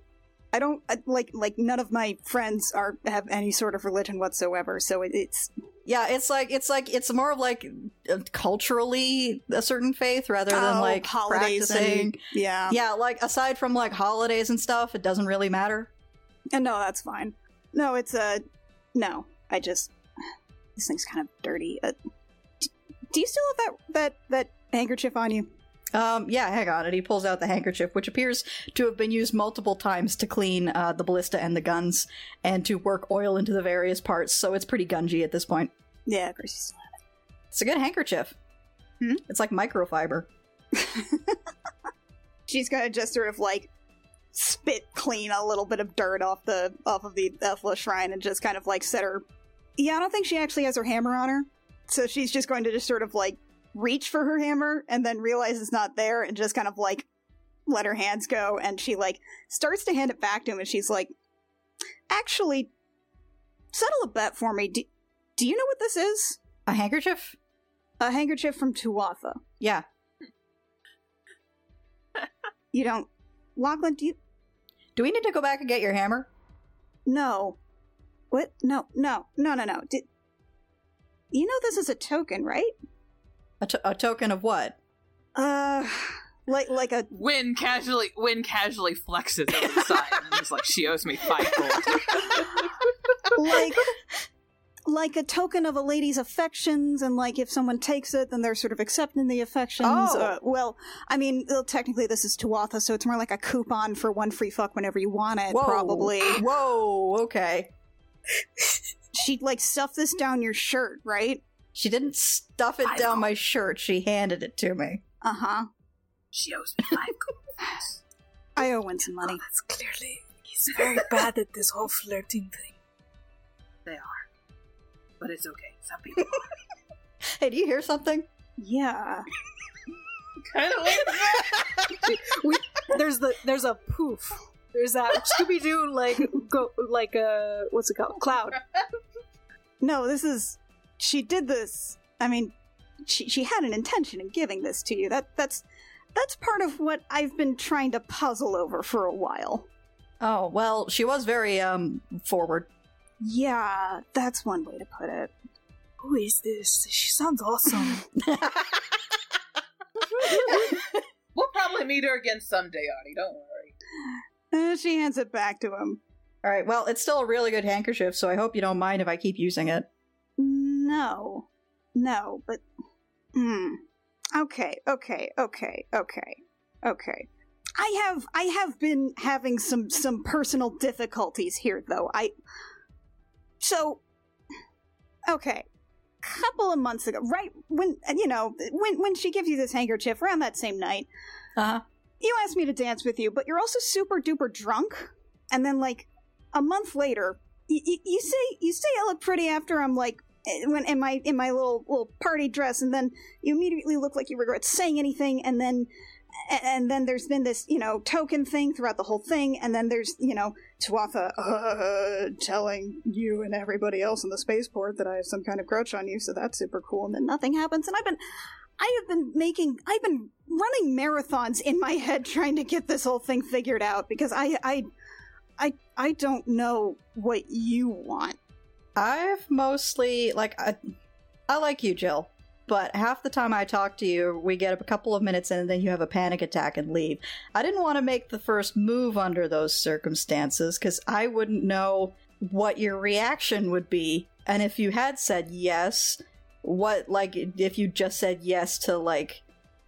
Speaker 4: I don't I, like like none of my friends are have any sort of religion whatsoever, so it, it's
Speaker 1: Yeah, it's like it's like it's more of like uh, culturally a certain faith rather than
Speaker 4: Oh,
Speaker 1: like
Speaker 4: holidays and-
Speaker 1: practicing.
Speaker 4: yeah.
Speaker 1: yeah, like aside from like holidays and stuff, it doesn't really matter.
Speaker 4: And no, that's fine. No, it's uh, no. I just this thing's kind of dirty. Uh, d- do you still have that that that handkerchief on you?
Speaker 1: Um, yeah, hang on. And he pulls out the handkerchief, which appears to have been used multiple times to clean uh, the ballista and the guns and to work oil into the various parts, so it's pretty gungy at this point.
Speaker 4: Yeah, of course you still.
Speaker 1: It's a good handkerchief.
Speaker 4: Hmm?
Speaker 1: It's like microfiber.
Speaker 4: She's gonna just sort of like spit clean a little bit of dirt off the off of the Ethla shrine and just kind of like set her. Yeah, I don't think she actually has her hammer on her, so she's just going to just sort of like reach for her hammer and then realize it's not there and just kind of like let her hands go and she like starts to hand it back to him and she's like, actually, settle a bet for me. Do, do you know what this is?
Speaker 1: A handkerchief?
Speaker 4: A handkerchief from Tuatha.
Speaker 1: Yeah.
Speaker 4: You don't, Lachlan? Do you
Speaker 1: Do we need to go back and get your hammer?
Speaker 4: No. What? No, no, no, no, no. Did you know this is a token, right?
Speaker 1: A, to- a token of what?
Speaker 4: Uh, like like a
Speaker 3: Win casually. Win casually flexes over the side. And he's like, she owes me five gold.
Speaker 4: like like a token of a lady's affections, and like if someone takes it, then they're sort of accepting the affections.
Speaker 1: Oh.
Speaker 4: Uh, well, I mean, well, technically this is Tuatha, so it's more like a coupon for one free fuck whenever you want it.
Speaker 1: Whoa.
Speaker 4: Probably.
Speaker 1: Whoa, okay.
Speaker 4: She'd like stuff this down your shirt, right?
Speaker 1: She didn't stuff it
Speaker 3: I
Speaker 1: down
Speaker 3: know.
Speaker 1: my shirt, she handed it to me.
Speaker 4: Uh huh.
Speaker 3: She owes me five gold.
Speaker 4: I owe Winston money.
Speaker 5: Oh, That's clearly he's very bad at this whole flirting thing.
Speaker 3: They are, but it's okay. Some people.
Speaker 1: Hey, do you hear something?
Speaker 4: Yeah.
Speaker 3: kind of weird.
Speaker 5: There's the there's a poof. There's that Scooby Doo like go like uh what's it called cloud.
Speaker 4: No, this is she did this. I mean, she she had an intention in giving this to you. That that's that's part of what I've been trying to puzzle over for a while.
Speaker 1: Oh, well, she was very um forward.
Speaker 4: Yeah, that's one way to put it.
Speaker 5: Who is this? She sounds awesome.
Speaker 3: We'll probably meet her again someday, Artie. Don't worry.
Speaker 4: Uh, she hands it back to him.
Speaker 1: All right. Well, it's still a really good handkerchief, so I hope you don't mind if I keep using it.
Speaker 4: No, no, but hmm. Okay, okay, okay, okay, okay. I have I have been having some some personal difficulties here, though. I so okay. couple of months ago, right when you know when when she gives you this handkerchief around that same night,
Speaker 1: Uh-huh.
Speaker 4: you asked me to dance with you, but you're also super duper drunk. And then like a month later, you, y you say you say I look pretty after I'm like eh, when in my in my little little party dress, and then you immediately look like you regret saying anything, and then a- and then there's been this you know token thing throughout the whole thing, and then there's you know Tuatha uh, telling you and everybody else in the spaceport that I have some kind of grudge on you, so that's super cool. And then nothing happens, and I've been, I have been making, I've been running marathons in my head trying to get this whole thing figured out because I, I, I, I don't know what you want.
Speaker 1: I've mostly like I, I like you, Jill, but half the time I talk to you, we get a couple of minutes in, and then you have a panic attack and leave. I didn't want to make the first move under those circumstances because I wouldn't know what your reaction would be, and if you had said yes, what like if you just said yes to like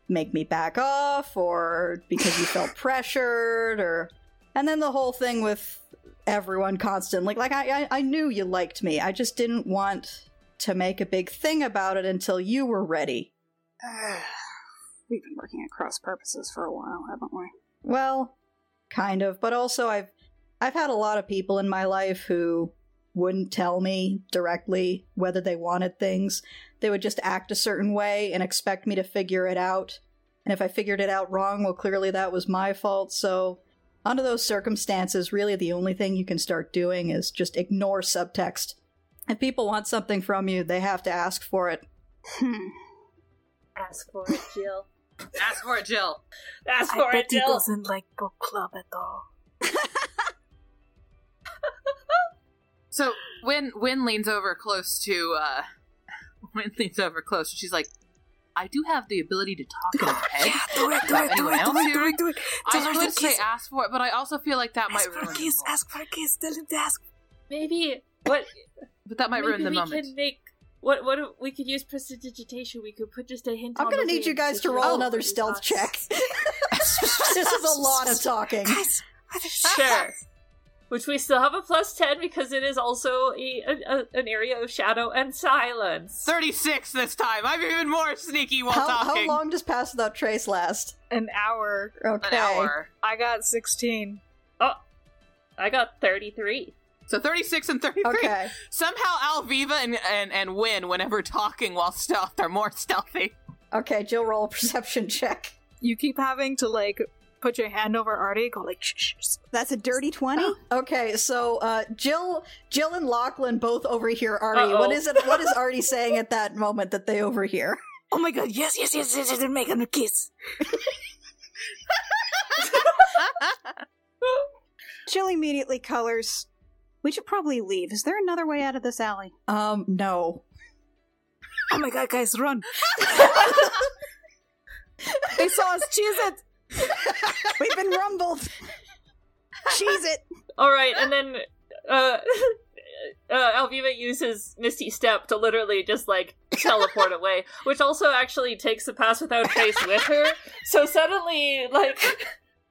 Speaker 1: make me back off or because you felt pressured or and then the whole thing with everyone constantly. Like I, I, I knew you liked me. I just didn't want to make a big thing about it until you were ready.
Speaker 4: We've been working at cross purposes for a while, haven't we?
Speaker 1: Well, kind of, but also I've I've had a lot of people in my life who wouldn't tell me directly whether they wanted things. They would just act a certain way and expect me to figure it out. And if I figured it out wrong, well clearly that was my fault. So under those circumstances, really the only thing you can start doing is just ignore subtext. If people want something from you, they have to ask for it.
Speaker 4: Hmm.
Speaker 2: Ask for it, Jill.
Speaker 3: Ask for it, Jill.
Speaker 2: Ask
Speaker 5: I
Speaker 2: for
Speaker 5: bet
Speaker 2: it,
Speaker 5: he
Speaker 2: Jill.
Speaker 5: doesn't like book club at all.
Speaker 3: So Win Win leans over close to uh Win leans over close and she's like, I do have the ability to talk in my head.
Speaker 5: do it, do
Speaker 3: it, do Anyone it, do else it, do here? it,
Speaker 5: do it.
Speaker 3: I was supposed to say ask for it, but I also feel like that might ruin the moment.
Speaker 5: for a kiss, tell him to ask.
Speaker 2: Maybe what
Speaker 3: But that might
Speaker 2: maybe
Speaker 3: ruin the
Speaker 2: we
Speaker 3: moment.
Speaker 2: can make what what if- we could use prestidigitation. We could put just a hint.
Speaker 1: I'm
Speaker 2: on
Speaker 1: gonna
Speaker 2: the
Speaker 1: need you
Speaker 2: wind
Speaker 1: guys
Speaker 2: so
Speaker 1: to
Speaker 2: she
Speaker 1: roll
Speaker 2: knows
Speaker 1: another
Speaker 2: what we
Speaker 1: stealth
Speaker 2: thought.
Speaker 1: check. this is a lot of talking.
Speaker 5: Guys,
Speaker 2: Sure. Which we still have a plus ten because it is also a, a, a- an area of shadow and silence.
Speaker 3: 36 this time. I'm even more sneaky while
Speaker 1: How, how
Speaker 3: talking.
Speaker 1: long does pass without trace last?
Speaker 5: An hour.
Speaker 1: Okay.
Speaker 3: An hour.
Speaker 5: I got 16.
Speaker 2: I got thirty three.
Speaker 3: So 36 and 33.
Speaker 1: Okay.
Speaker 3: Somehow Alviva and, and, and Win, whenever talking while stealth, are more stealthy.
Speaker 1: Okay, Jill, roll a perception check.
Speaker 5: You keep having to, like, put your hand over Artie, go like, shh, shh, shh.
Speaker 4: That's a dirty twenty.
Speaker 1: Okay, so uh, Jill, Jill and Lachlan both overhear Artie.
Speaker 2: Uh-oh.
Speaker 1: What is it? What is Artie saying at that moment that they overhear?
Speaker 5: Oh my god, yes, yes, yes, yes, yes, and make him a kiss.
Speaker 4: Jill immediately colors. We should probably leave. Is there another way out of this alley?
Speaker 1: Um, no.
Speaker 5: Oh my god, guys, run. they saw us, cheese it.
Speaker 4: We've been rumbled. Cheese it.
Speaker 2: All right, and then uh, uh, Alviva uses Misty Step to literally just like teleport away, which also actually takes the pass without trace with her. So suddenly, like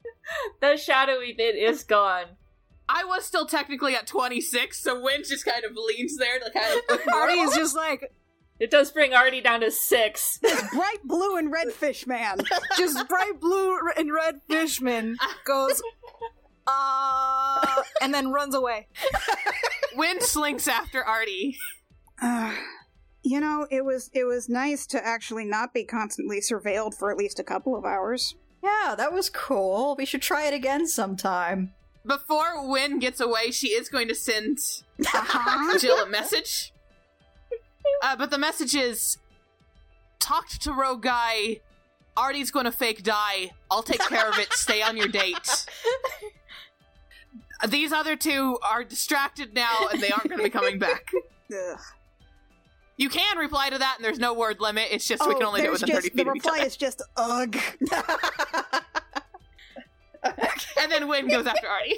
Speaker 2: the shadowy bit is gone.
Speaker 3: I was still technically at 26, so Win just kind of leans there to kind of.
Speaker 5: Artie is just like,
Speaker 2: It does bring Artie down to six.
Speaker 4: This bright blue and red fish man.
Speaker 5: just bright blue and red fishman goes, uh, and then runs away.
Speaker 3: Win slinks after Artie.
Speaker 4: Uh, you know, it was it was nice to actually not be constantly surveilled for at least a couple of hours.
Speaker 1: Yeah, that was cool. We should try it again sometime.
Speaker 3: Before Win gets away, she is going to send
Speaker 4: Uh-huh.
Speaker 3: Jill a message. Uh, but the message is talked to Rogue Guy. Artie's going to fake die. I'll take care of it. Stay on your date. These other two are distracted now and they aren't going to be coming back.
Speaker 4: Ugh.
Speaker 3: You can reply to that, and there's no word limit. It's just we can
Speaker 4: Oh,
Speaker 3: only do it
Speaker 4: there's
Speaker 3: within
Speaker 4: just,
Speaker 3: 30 feet
Speaker 4: The
Speaker 3: of each other.
Speaker 4: reply is just ugh.
Speaker 3: And then Win goes after Artie.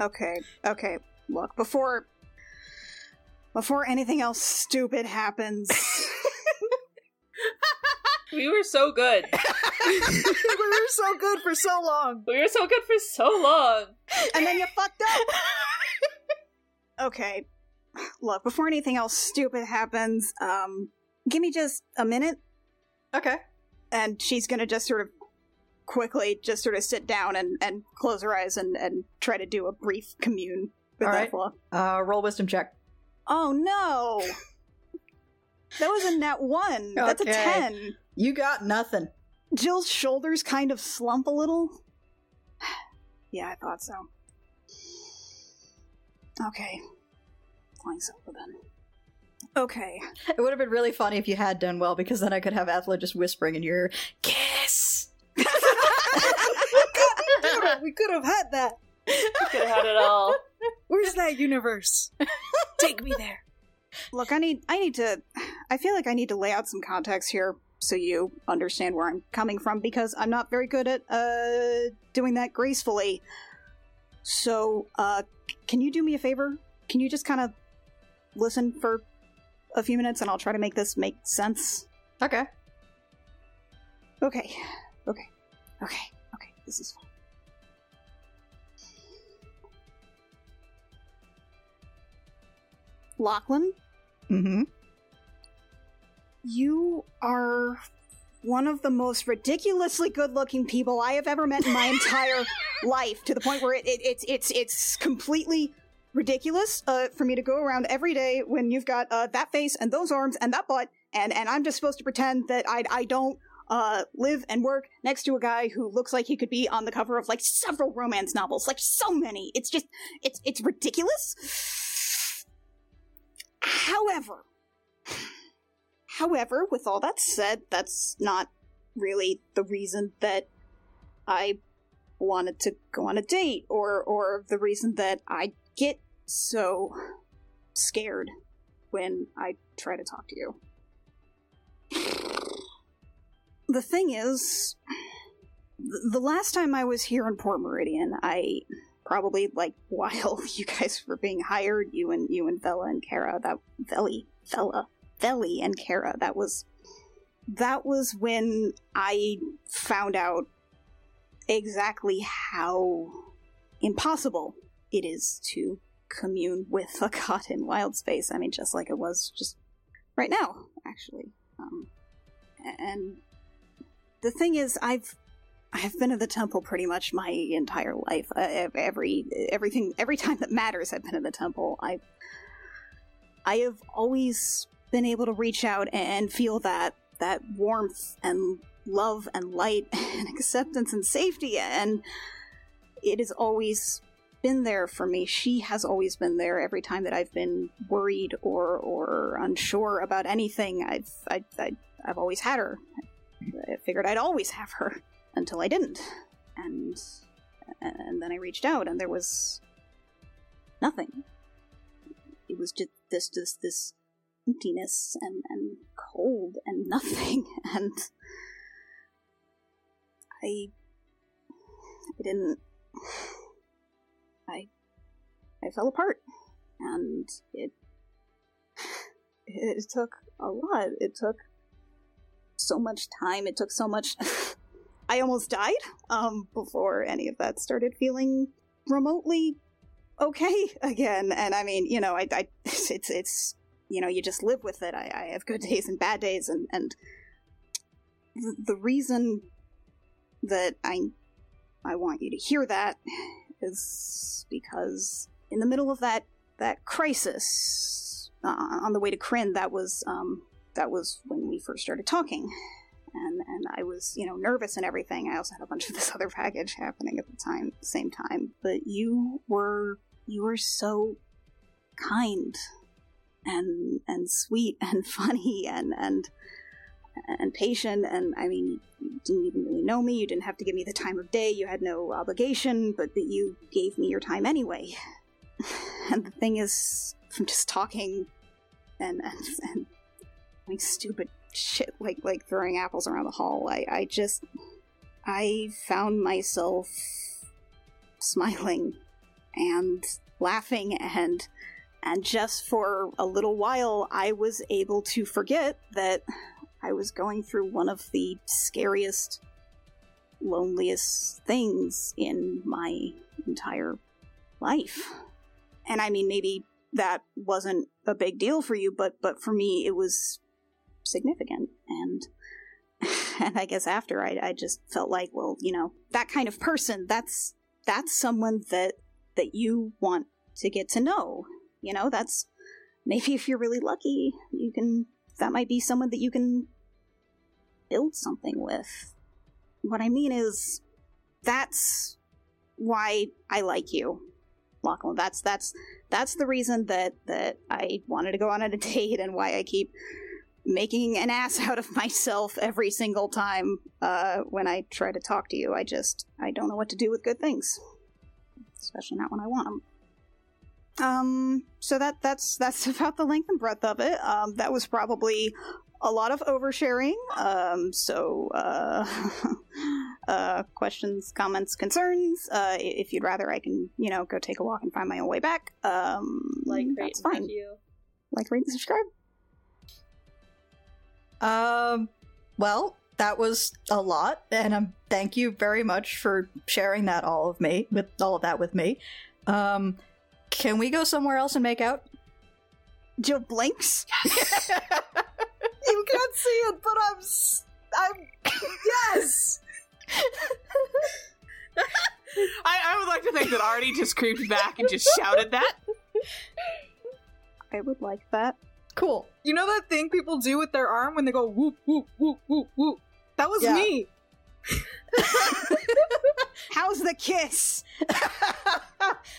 Speaker 4: okay, okay. Look, before before anything else stupid happens,
Speaker 2: We were so good.
Speaker 5: we were so good for so long.
Speaker 2: We were so good for so long.
Speaker 4: and then you fucked up. okay. look, before anything else stupid happens, um, give me just a minute.
Speaker 1: Okay.
Speaker 4: and she's gonna just sort of quickly just sort of sit down and, and close her eyes and, and try to do a brief commune with
Speaker 1: All right.
Speaker 4: Ethla.
Speaker 1: Uh, roll wisdom check.
Speaker 4: Oh no! that was a net one. That's a
Speaker 1: Okay.
Speaker 4: ten.
Speaker 1: You got nothing.
Speaker 4: Jill's shoulders kind of slump a little. yeah, I thought so. Okay. Flying silver then. Okay.
Speaker 1: It would have been really funny if you had done well because then I could have Athla just whispering in your ear, kiss.
Speaker 4: we could have had that.
Speaker 2: Could have had it all.
Speaker 5: Where's that universe? Take me there.
Speaker 4: Look, I need I need to I feel like I need to lay out some context here so you understand where I'm coming from because I'm not very good at uh doing that gracefully. So, uh c- can you do me a favor? Can you just kind of listen for a few minutes and I'll try to make this make sense?
Speaker 1: Okay.
Speaker 4: Okay. Okay. Okay. Okay. This is fine. Lachlan?
Speaker 1: Mm-hmm.
Speaker 4: You are one of the most ridiculously good-looking people I have ever met in my entire life. To the point where it, it, it's it's it's completely ridiculous uh, for me to go around every day when you've got uh, that face and those arms and that butt, and and I'm just supposed to pretend that I I don't uh, live and work next to a guy who looks like he could be on the cover of like several romance novels, like so many. It's just it's it's ridiculous. However, However, with all that said, that's not really the reason that I wanted to go on a date or or the reason that I get so scared when I try to talk to you. The thing is, th- the last time I was here in Port Meridian, I probably like while you guys were being hired, you and you and Bella and Kara, that Veli, Vella, Veli and Kara. That was that was when I found out exactly how impossible it is to commune with a god in wild space. I mean, just like it was just right now, actually. Um, a- and the thing is, I've I've been at the temple pretty much my entire life. Uh, ev- every everything every time that matters, I've been at the temple. I I have always been able to reach out and feel that that warmth and love and light and acceptance and safety and it has always been there for me she has always been there every time that i've been worried or or unsure about anything i've I, I, i've always had her i figured i'd always have her until i didn't and and then i reached out and there was nothing it was just this this this emptiness and, and cold and nothing and I I didn't I I fell apart and it it took a lot it took so much time it took so much I almost died um before any of that started feeling remotely okay again and I mean you know I, I it's it's you know you just live with it i, I have good days and bad days and and the, the reason that i i want you to hear that is because in the middle of that that crisis uh, on the way to Kryn, that was um that was when we first started talking and and i was you know nervous and everything i also had a bunch of this other package happening at the time same time but you were you were so kind and and sweet and funny and and and patient and I mean you didn't even really know me you didn't have to give me the time of day you had no obligation but that you gave me your time anyway and the thing is from just talking and and, and like stupid shit like like throwing apples around the hall I I just I found myself smiling and laughing and and just for a little while, I was able to forget that I was going through one of the scariest, loneliest things in my entire life. And I mean, maybe that wasn't a big deal for you, but but for me it was significant. And and I guess after I I just felt like, well, you know, that kind of person, that's that's someone that that you want to get to know. You know, that's maybe if you're really lucky, you can that might be someone that you can build something with. What I mean is that's why I like you. Lachlan, that's that's that's the reason that that I wanted to go on a date and why I keep making an ass out of myself every single time uh, when I try to talk to you. I just I don't know what to do with good things, especially not when I want them. Um, so that that's that's about the length and breadth of it. Um, that was probably a lot of oversharing. Um, so uh, uh, questions, comments, concerns. Uh, i- if you'd rather, I can you know go take a walk and find my own way back. Um,
Speaker 2: Like, rate,
Speaker 4: that's
Speaker 2: and
Speaker 4: fine.
Speaker 2: review.
Speaker 4: Like, rate, and subscribe.
Speaker 1: Um, well, that was a lot, and um, thank you very much for sharing that all of me with all of that with me. Um, can we go somewhere else and make out?
Speaker 4: Jill blinks.
Speaker 5: You can't see it, but I'm. s- I'm. Yes!
Speaker 3: I, I would like to think that Artie just creeped back and just shouted that.
Speaker 4: I would like that.
Speaker 1: Cool.
Speaker 5: You know that thing people do with their arm when they go whoop, whoop, whoop, whoop, whoop? That was
Speaker 1: Yeah.
Speaker 5: me.
Speaker 4: How's the kiss?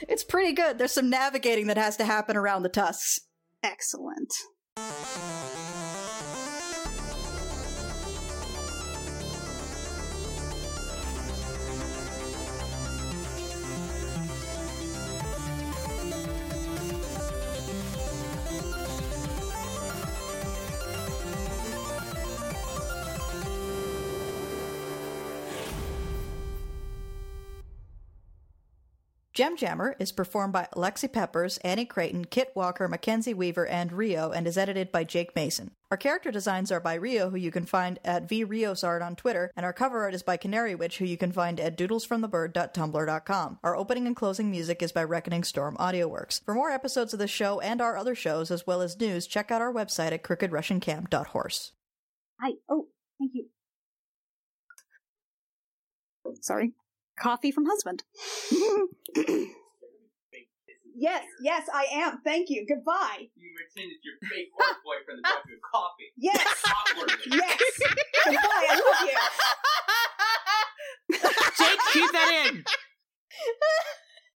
Speaker 1: it's pretty good. There's some navigating that has to happen around the tusks.
Speaker 4: Excellent.
Speaker 1: Gem Jammer is performed by Alexi Peppers, Annie Creighton, Kit Walker, Mackenzie Weaver, and Rio, and is edited by Jake Mason. Our character designs are by Rio, who you can find at vriosart on Twitter, and our cover art is by Canary Witch, who you can find at doodlesfromthebird.tumblr.com. Our opening and closing music is by Reckoning Storm AudioWorks. For more episodes of this show and our other shows, as well as news, check out our website at crookedrussiancamp.horse.
Speaker 4: Hi. Oh, thank you. Sorry. Coffee from husband. yes, yes, I am. Thank you. Goodbye.
Speaker 6: You pretended your fake old boyfriend that brought you a coffee.
Speaker 4: Yes,
Speaker 6: Awkward.
Speaker 4: yes. Goodbye. I love you.
Speaker 3: Jake, keep that in.